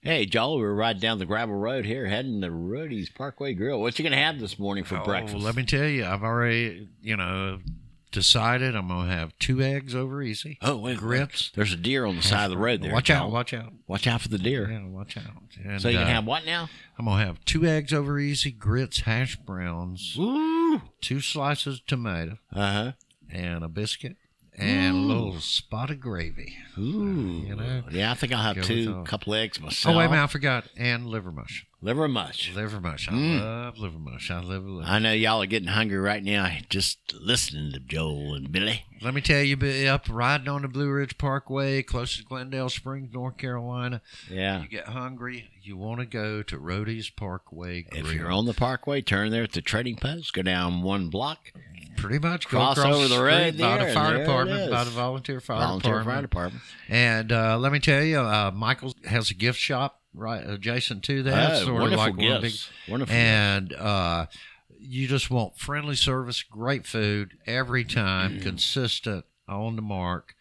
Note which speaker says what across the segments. Speaker 1: Hey, Joel, we were riding down the gravel road here, heading to Rudy's Parkway Grill. What you gonna have this morning for
Speaker 2: Oh,
Speaker 1: breakfast?
Speaker 2: Let me tell you, I've already, you know, decided I'm gonna have two eggs over easy.
Speaker 1: oh, wait,
Speaker 2: Grits.
Speaker 1: There's a deer on the side of the road there.
Speaker 2: watch
Speaker 1: Joel.
Speaker 2: out! Watch out!
Speaker 1: Watch out for the deer.
Speaker 2: Yeah, watch out! And,
Speaker 1: So you can
Speaker 2: uh,
Speaker 1: have what now?
Speaker 2: I'm gonna have two eggs over easy, grits, hash browns,
Speaker 1: Woo!
Speaker 2: two slices of tomato,
Speaker 1: Uh huh.
Speaker 2: and a biscuit, and a little spot of gravy.
Speaker 1: Ooh.
Speaker 2: know,
Speaker 1: yeah, I think I'll
Speaker 2: go
Speaker 1: have two,
Speaker 2: with the-
Speaker 1: couple eggs myself.
Speaker 2: Oh wait a minute, I forgot. And liver mush.
Speaker 1: Liver and mush.
Speaker 2: Liver mush. I
Speaker 1: Mm.
Speaker 2: love liver mush. I love liver.
Speaker 1: I know y'all are getting hungry right now just listening to Joel and Billy.
Speaker 2: Let me tell you, be up riding on the Blue Ridge Parkway, close to Glendale Springs, North Carolina.
Speaker 1: Yeah.
Speaker 2: You get hungry, you want to go to Rhodey's Parkway Grill.
Speaker 1: If you're on the parkway, turn there at the trading post, go down one block,
Speaker 2: pretty much go
Speaker 1: Cross
Speaker 2: across
Speaker 1: over the
Speaker 2: street
Speaker 1: road
Speaker 2: by
Speaker 1: there,
Speaker 2: the fire
Speaker 1: there it
Speaker 2: department, by
Speaker 1: is.
Speaker 2: the volunteer fire
Speaker 1: volunteer
Speaker 2: department.
Speaker 1: fire department.
Speaker 2: And uh, let me tell you, uh, Michael's has a gift shop right adjacent to that,
Speaker 1: Oh,
Speaker 2: sort of
Speaker 1: wonderful
Speaker 2: like one big-
Speaker 1: gifts. wonderful.
Speaker 2: and uh, you just want friendly service, great food every time,
Speaker 1: Mm.
Speaker 2: consistent, on the mark.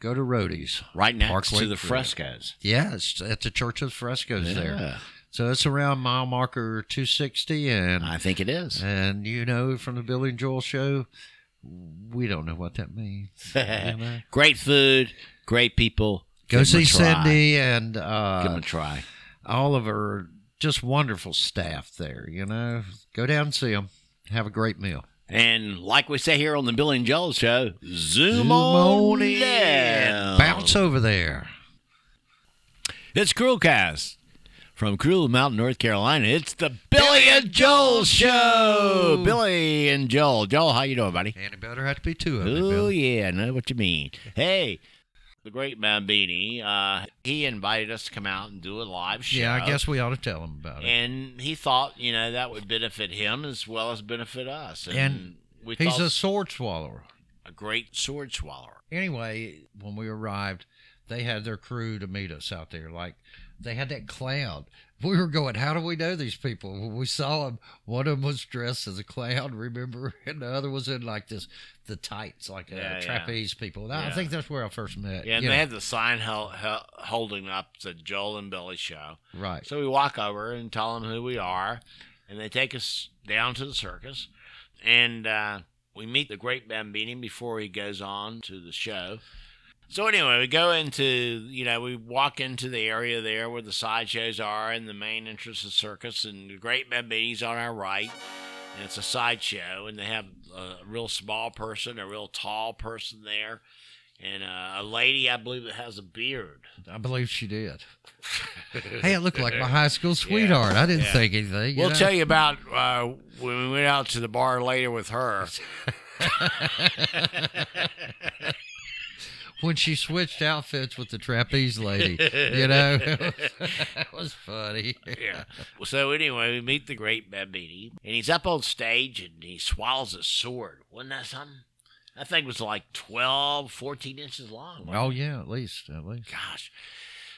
Speaker 2: Go to Rhodey's.
Speaker 1: right next
Speaker 2: Parkway
Speaker 1: to the
Speaker 2: Grill.
Speaker 1: frescoes.
Speaker 2: Yeah, it's at the Church of Frescoes there.
Speaker 1: Yeah,
Speaker 2: So it's around mile marker 260, and
Speaker 1: I think it is.
Speaker 2: and you know from the Billy and Joel show, we don't know what that means. you know?
Speaker 1: Great food, great people.
Speaker 2: Go
Speaker 1: Give 'em a
Speaker 2: see
Speaker 1: try.
Speaker 2: Cindy and
Speaker 1: Give them
Speaker 2: uh,
Speaker 1: a try.
Speaker 2: all of her just wonderful staff there. You know, go down and see them. Have a great meal.
Speaker 1: And like we say here on the Billy and Joel Show, zoom,
Speaker 2: Zoom
Speaker 1: on
Speaker 2: on in.
Speaker 1: down.
Speaker 2: Bounce over there.
Speaker 1: It's Cruelcast from Cruel Mountain, North Carolina. It's the Billy and Joel Show. Billy and Joel. Joel, how you doing, buddy?
Speaker 2: And it better have to be two of them.
Speaker 1: Oh
Speaker 2: Bill.
Speaker 1: yeah, I know what you mean. Hey, the great Bambini, uh, he invited us to come out and do a live show.
Speaker 2: Yeah, I guess we ought to tell them about it.
Speaker 1: And he thought, you know, that would benefit him as well as benefit us. And,
Speaker 2: And
Speaker 1: we
Speaker 2: He's
Speaker 1: thought
Speaker 2: a sword swallower.
Speaker 1: a great sword swallower.
Speaker 2: Anyway, when we arrived, they had their crew to meet us out there. Like they had that clown. We were going, how do we know these people? When we saw them, one of them was dressed as a clown, remember, and the other was in like this, the tights, like
Speaker 1: Yeah, yeah.
Speaker 2: uh, trapeze people. And I
Speaker 1: Yeah.
Speaker 2: think that's where I first met.
Speaker 1: Yeah, and
Speaker 2: you
Speaker 1: they
Speaker 2: know.
Speaker 1: had the sign held, held, holding up the Joel and Billy show.
Speaker 2: right.
Speaker 1: So we walk over and tell them who we are, and they take us down to the circus, and uh, we meet the great Bambini before he goes on to the show. So anyway, we go into you know we walk into the area there where the sideshows are and the main entrance of the circus, and the great Bambini's on our right. And it's a sideshow, and they have a real small person, a real tall person there, and uh, a lady, I believe, that has a beard.
Speaker 2: I believe she did. hey, it looked like my high school sweetheart. I didn't
Speaker 1: Yeah.
Speaker 2: think anything.
Speaker 1: We'll
Speaker 2: know?
Speaker 1: tell you about uh, when we went out to the bar later with her.
Speaker 2: when she switched outfits with the trapeze lady. You know, that was funny.
Speaker 1: Yeah. So anyway, we meet the great Bambini, and he's up on stage and he swallows a sword. Wasn't that something? That thing was like 12, 14 inches long. wasn't
Speaker 2: Oh yeah, at least at least.
Speaker 1: it? Gosh.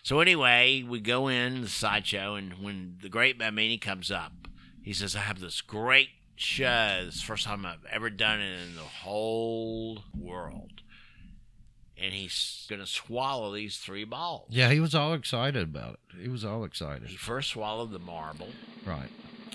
Speaker 1: So anyway, we go in the sideshow, and when the great Bambini comes up, he says, "I have this great show. This is the first time I've ever done it in the whole world." And he's gonna swallow these three balls.
Speaker 2: Yeah, he was all excited about it. He was all
Speaker 1: He
Speaker 2: excited.
Speaker 1: first swallowed the marble,
Speaker 2: Right.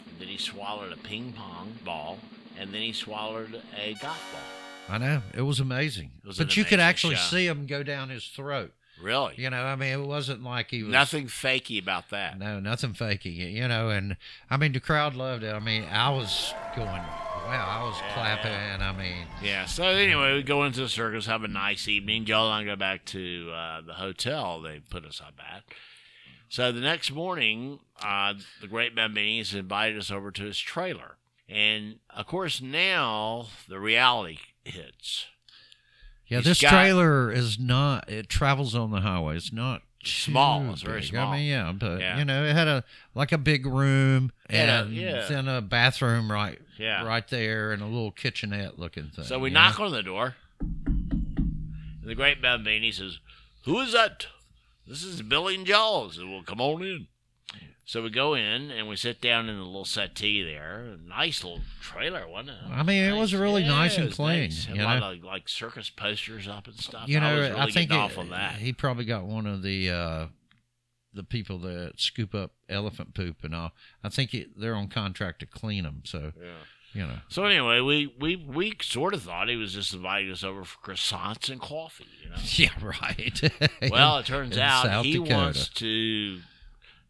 Speaker 1: and then he swallowed a ping pong ball, and then he swallowed a golf ball.
Speaker 2: I know. It was amazing.
Speaker 1: It was an
Speaker 2: but you could
Speaker 1: amazing
Speaker 2: actually
Speaker 1: shot.
Speaker 2: see him go down his throat.
Speaker 1: Really?
Speaker 2: You know, I mean, it wasn't like he was
Speaker 1: Nothing fakey about that.
Speaker 2: No, nothing faking it, you know. And I mean, the crowd loved it. I mean, I was going, wow, I was clapping. I mean,
Speaker 1: Yeah. So anyway, we go into the circus, have a nice evening. Joel and I go back to uh, the hotel they put us up at. So the next morning, uh, the great Bambini has invited us over to his trailer, and of course now the reality hits.
Speaker 2: yeah,
Speaker 1: He's
Speaker 2: this
Speaker 1: got-
Speaker 2: trailer is not. It travels on the highway. It's not
Speaker 1: Small,
Speaker 2: too
Speaker 1: it's very
Speaker 2: big.
Speaker 1: small.
Speaker 2: I mean, yeah, but
Speaker 1: Yeah.
Speaker 2: you know, it had a like a big room
Speaker 1: Had a-
Speaker 2: and
Speaker 1: yeah.
Speaker 2: then a bathroom right,
Speaker 1: Yeah.
Speaker 2: right there, and a little kitchenette looking thing.
Speaker 1: So we
Speaker 2: you know?
Speaker 1: knock on the door. And the great Bambini says, Who is that? This is Billy and Joel. I said, Well, come on in. So we go in and we sit down in the little settee there. Nice little trailer, wasn't it?
Speaker 2: I mean, it was really nice
Speaker 1: it
Speaker 2: and
Speaker 1: was
Speaker 2: clean,
Speaker 1: Had
Speaker 2: you
Speaker 1: a lot
Speaker 2: know?
Speaker 1: of like circus posters up and stuff.
Speaker 2: You know,
Speaker 1: I was really
Speaker 2: I think
Speaker 1: getting
Speaker 2: it-
Speaker 1: off on that.
Speaker 2: he probably got one of the uh, the people that scoop up elephant poop and all. I think it, they're on contract to clean them. So
Speaker 1: Yeah.
Speaker 2: you know,
Speaker 1: So anyway, we, we we sort of thought he was just inviting us over for croissants and coffee, you know.
Speaker 2: yeah, right.
Speaker 1: Well, it turns
Speaker 2: In
Speaker 1: out
Speaker 2: South
Speaker 1: he
Speaker 2: Dakota.
Speaker 1: wants to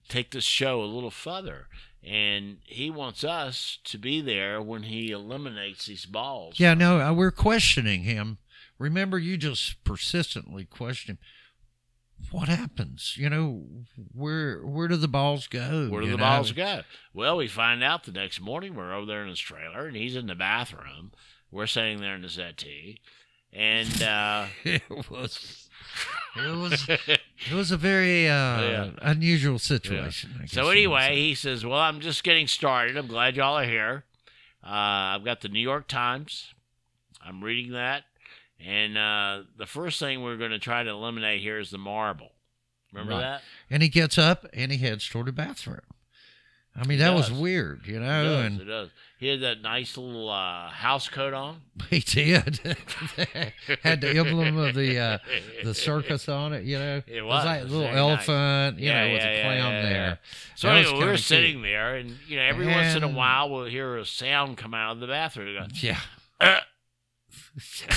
Speaker 1: take this show a little further, and he wants us to be there when he eliminates these balls.
Speaker 2: yeah, no, I, we're questioning him. Remember, you just persistently question him. What happens? You know, where where do the balls go?
Speaker 1: Where do
Speaker 2: You
Speaker 1: the
Speaker 2: know?
Speaker 1: balls go? Well, we find out the next morning we're over there in his trailer, and he's in the bathroom. We're sitting there in the settee, and uh,
Speaker 2: It was. It was it was a very uh, unusual situation. I guess you
Speaker 1: So
Speaker 2: would
Speaker 1: anyway,
Speaker 2: say.
Speaker 1: he says, "Well, I'm just getting started. I'm glad y'all are here. Uh, I've got the New York Times. I'm reading that, and uh, the first thing we're going to try to eliminate here is the marble. Remember
Speaker 2: Right.
Speaker 1: that?
Speaker 2: and he gets up and he heads toward the bathroom. I mean, that was
Speaker 1: does.
Speaker 2: weird, you
Speaker 1: it
Speaker 2: know,
Speaker 1: does.
Speaker 2: Oh, and
Speaker 1: It does. He had that nice little uh, house coat on.
Speaker 2: he did had the emblem of the uh, the circus on it, you know.
Speaker 1: It was.
Speaker 2: like
Speaker 1: It
Speaker 2: a
Speaker 1: was
Speaker 2: little
Speaker 1: very nice.
Speaker 2: elephant, you
Speaker 1: Yeah,
Speaker 2: know, with
Speaker 1: yeah,
Speaker 2: a
Speaker 1: yeah,
Speaker 2: clown
Speaker 1: yeah,
Speaker 2: there.
Speaker 1: So
Speaker 2: That was
Speaker 1: anyway,
Speaker 2: kinda
Speaker 1: we're
Speaker 2: cute.
Speaker 1: sitting there, and you know, every once in a
Speaker 2: And-
Speaker 1: while, we'll hear a sound come out of the bathroom. It goes,
Speaker 2: Yeah.
Speaker 1: "Uh."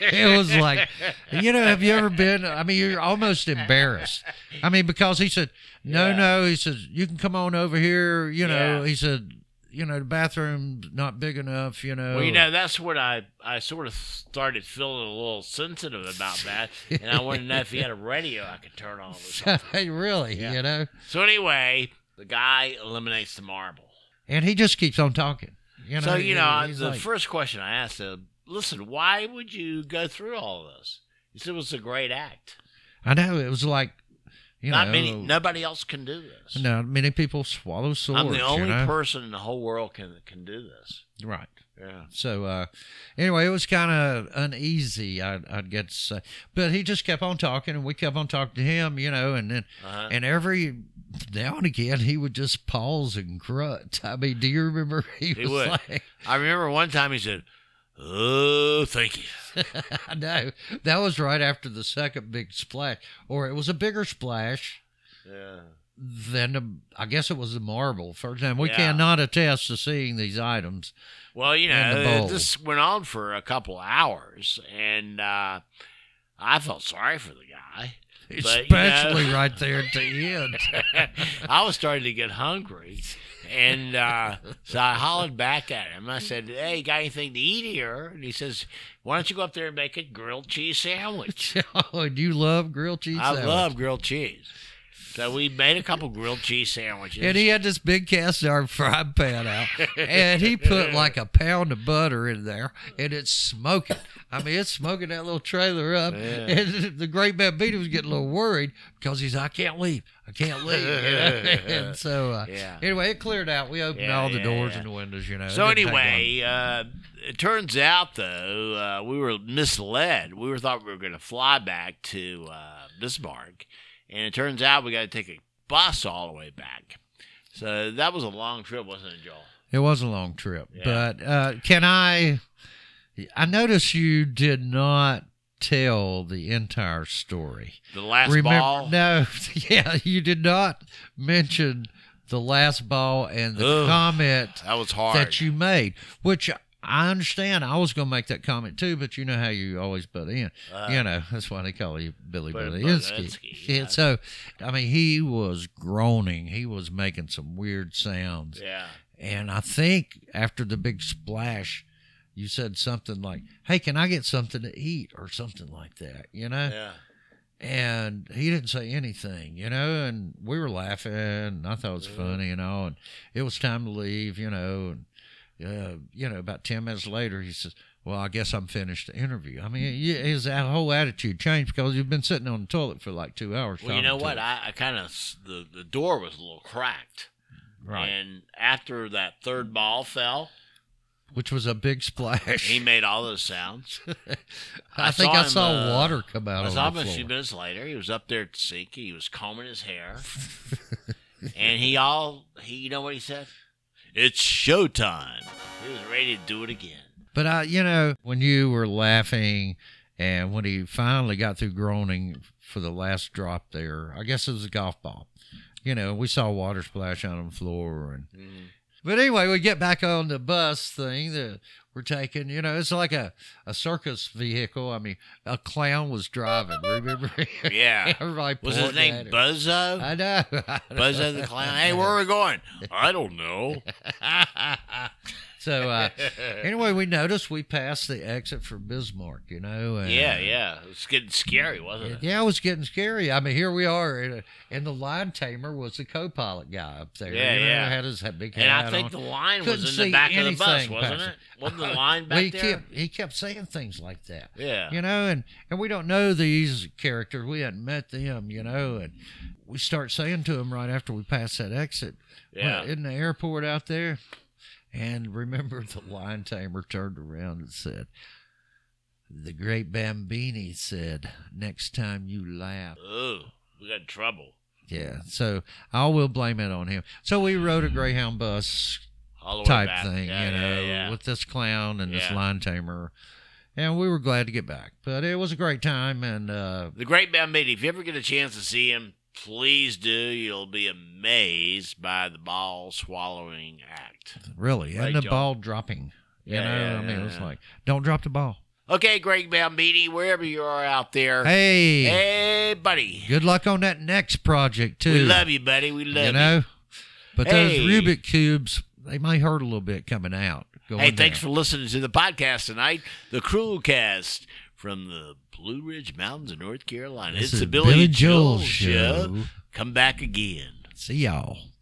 Speaker 2: It was like, you know, have you ever been? I mean, you're almost embarrassed. I mean, because he said, no,
Speaker 1: Yeah.
Speaker 2: no. He says, you can come on over here. You know,
Speaker 1: Yeah.
Speaker 2: he said, you know, the bathroom's not big enough. You know.
Speaker 1: Well, you know, that's what I, I sort of started feeling a little sensitive about that. And I wanted to know if he had a radio I could turn on or something.
Speaker 2: hey, really?
Speaker 1: Yeah.
Speaker 2: You know.
Speaker 1: So, anyway, the guy eliminates the marble.
Speaker 2: And he just keeps on talking. You know.
Speaker 1: so, you know,
Speaker 2: he's
Speaker 1: the
Speaker 2: like,
Speaker 1: first question I asked him, listen, why would you go through all this? He said it was a great act.
Speaker 2: I know it was like, you
Speaker 1: Not
Speaker 2: know,
Speaker 1: many, nobody else can do this.
Speaker 2: no, many people swallow swords.
Speaker 1: I'm the
Speaker 2: you
Speaker 1: only
Speaker 2: know?
Speaker 1: person in the whole world can can do this.
Speaker 2: right.
Speaker 1: Yeah.
Speaker 2: So uh, anyway, it was kind of uneasy. I'd, I'd get to say, but he just kept on talking, and we kept on talking to him, you know. And then,
Speaker 1: Uh-huh.
Speaker 2: and every now and again, he would just pause and grunt. I mean, do you remember? He, was
Speaker 1: would.
Speaker 2: like,
Speaker 1: I remember one time he said, "Oh, thank you."
Speaker 2: I know that was right after the second big splash, or it was a bigger splash
Speaker 1: Yeah.
Speaker 2: than the. I guess it was the marble first time. We
Speaker 1: Yeah.
Speaker 2: cannot attest to seeing these items.
Speaker 1: Well, you
Speaker 2: And the
Speaker 1: know,
Speaker 2: bowl.
Speaker 1: this went on for a couple hours, and uh, I felt sorry for the guy. you know-
Speaker 2: Especially right there at the end.
Speaker 1: I was starting to get hungry, and uh, so I hollered back at him. I said, "Hey, got anything to eat here?" And he says, "Why don't you go up there and make a grilled cheese sandwich?"
Speaker 2: Oh, do you love grilled cheese?
Speaker 1: I
Speaker 2: sandwich?
Speaker 1: love grilled cheese. So we made a couple grilled cheese sandwiches.
Speaker 2: And he had this big cast iron frying pan out, and he put like a pound of butter in there, and it's smoking. I mean, it's smoking that little trailer up.
Speaker 1: Yeah.
Speaker 2: And the great Bambino was getting a little worried because he's, I can't leave, I can't leave. you know? and so, uh,
Speaker 1: Yeah.
Speaker 2: anyway, it cleared out. We opened
Speaker 1: Yeah,
Speaker 2: all the
Speaker 1: yeah,
Speaker 2: doors
Speaker 1: yeah.
Speaker 2: and the windows, you know. It
Speaker 1: So
Speaker 2: didn't take long.
Speaker 1: anyway, uh, it turns out though uh, we were misled. We were thought we were going to fly back to uh, Bismarck, and it turns out we got to take a bus all the way back. So that was a long trip, wasn't it, Joel?
Speaker 2: it was a long trip,
Speaker 1: Yeah.
Speaker 2: but uh, can I? I noticed you did not tell the entire story.
Speaker 1: The last
Speaker 2: Remember-
Speaker 1: ball.
Speaker 2: No, yeah, you did not mention the last ball and the
Speaker 1: Ugh,
Speaker 2: comment
Speaker 1: that was hard.
Speaker 2: that you made, which I understand. I was going to make that comment too, but you know how you always butt in.
Speaker 1: Uh,
Speaker 2: you know that's why they call you Billy
Speaker 1: Billy
Speaker 2: Billy
Speaker 1: Budinsky,
Speaker 2: Insky.
Speaker 1: yeah.
Speaker 2: And so, I mean, he was groaning. He was making some weird sounds,
Speaker 1: yeah.
Speaker 2: and I think after the big splash. You said something like, "Hey, can I get something to eat?" or something like that, you know
Speaker 1: Yeah.
Speaker 2: and he didn't say anything, you know, and we were laughing and I thought it was
Speaker 1: Yeah.
Speaker 2: funny and all and it was time to leave, you know, and uh, you know, about ten minutes later he says, Well, I guess I'm finished the interview. I mean, y- his whole attitude changed because you've been sitting on the toilet for like two hours.
Speaker 1: Well, you know what?
Speaker 2: talking to him.
Speaker 1: I, I kind of the the door was a little cracked,
Speaker 2: right.
Speaker 1: and after that third ball fell,
Speaker 2: Which was a big splash.
Speaker 1: he made all those sounds.
Speaker 2: I,
Speaker 1: I
Speaker 2: think
Speaker 1: saw
Speaker 2: I saw
Speaker 1: him, uh,
Speaker 2: water come out
Speaker 1: It was
Speaker 2: on the
Speaker 1: almost a
Speaker 2: floor.
Speaker 1: few minutes later. He was up there at the sink. He was combing his hair, and he all he. You know what he said? It's showtime. He was ready to do it again.
Speaker 2: But I, you know, when you were laughing And when he finally got through groaning for the last drop there, I guess it was a golf ball. You know, we saw water splash on the floor and
Speaker 1: Mhm.
Speaker 2: but anyway, we get back on the bus thing that we're taking. You know, it's like a, a circus vehicle. I mean, a clown was driving. Remember?
Speaker 1: Yeah.
Speaker 2: Everybody
Speaker 1: Was his
Speaker 2: pointing
Speaker 1: name
Speaker 2: at him.
Speaker 1: Buzzo?
Speaker 2: I know. I know.
Speaker 1: Buzzo the clown. Hey, where are we going? I don't know.
Speaker 2: so uh, anyway, we noticed we passed the exit for Bismarck. You know. and-
Speaker 1: yeah, yeah. It's getting scary, wasn't it?
Speaker 2: Yeah, it was getting scary. I mean, here we are, and, and the line tamer was the co-pilot guy up there.
Speaker 1: Yeah,
Speaker 2: you know,
Speaker 1: yeah.
Speaker 2: Had his ha- big
Speaker 1: And I
Speaker 2: hat
Speaker 1: think
Speaker 2: on.
Speaker 1: the line
Speaker 2: Couldn't
Speaker 1: was in
Speaker 2: see
Speaker 1: the back of the bus,
Speaker 2: anything
Speaker 1: wasn't
Speaker 2: past
Speaker 1: it? Wasn't the line
Speaker 2: Well, he
Speaker 1: back there?
Speaker 2: kept he kept saying things like that.
Speaker 1: Yeah.
Speaker 2: you know and and we don't know these characters we hadn't met them you know and we start saying to them right after we pass that exit
Speaker 1: Yeah.
Speaker 2: "Well, in the airport out there and remember the lion tamer turned around and said the great bambini said next time you laugh
Speaker 1: Ooh, we got in trouble.
Speaker 2: yeah so i will blame it on him so we rode a greyhound bus
Speaker 1: All the way
Speaker 2: type
Speaker 1: Mm-hmm. back.
Speaker 2: thing,
Speaker 1: Yeah,
Speaker 2: you
Speaker 1: yeah,
Speaker 2: know,
Speaker 1: yeah.
Speaker 2: with this clown and this
Speaker 1: Yeah.
Speaker 2: lion tamer. And we were glad to get back, but it was a great time. And uh,
Speaker 1: The Great Bambini. If you ever get a chance to see him, please do. You'll be amazed by the ball swallowing act.
Speaker 2: really,
Speaker 1: Great
Speaker 2: and the
Speaker 1: job.
Speaker 2: ball dropping, you
Speaker 1: Yeah,
Speaker 2: know,
Speaker 1: yeah,
Speaker 2: I mean,
Speaker 1: yeah,
Speaker 2: it was
Speaker 1: yeah.
Speaker 2: like, don't drop the ball.
Speaker 1: Okay, Great Bambini, wherever you are out there.
Speaker 2: Hey,
Speaker 1: Hey, buddy.
Speaker 2: good luck on that next project too.
Speaker 1: We love you, buddy. We love
Speaker 2: you
Speaker 1: you.
Speaker 2: know, but
Speaker 1: Hey.
Speaker 2: those Rubik cubes, they may hurt a little bit coming out. Going
Speaker 1: Hey, thanks for
Speaker 2: down.
Speaker 1: listening to the podcast tonight, the Cruel Cast from the Blue Ridge Mountains of North Carolina.
Speaker 2: This
Speaker 1: it's
Speaker 2: is
Speaker 1: the Billy, Joel
Speaker 2: Joel
Speaker 1: show. Come back again.
Speaker 2: See y'all.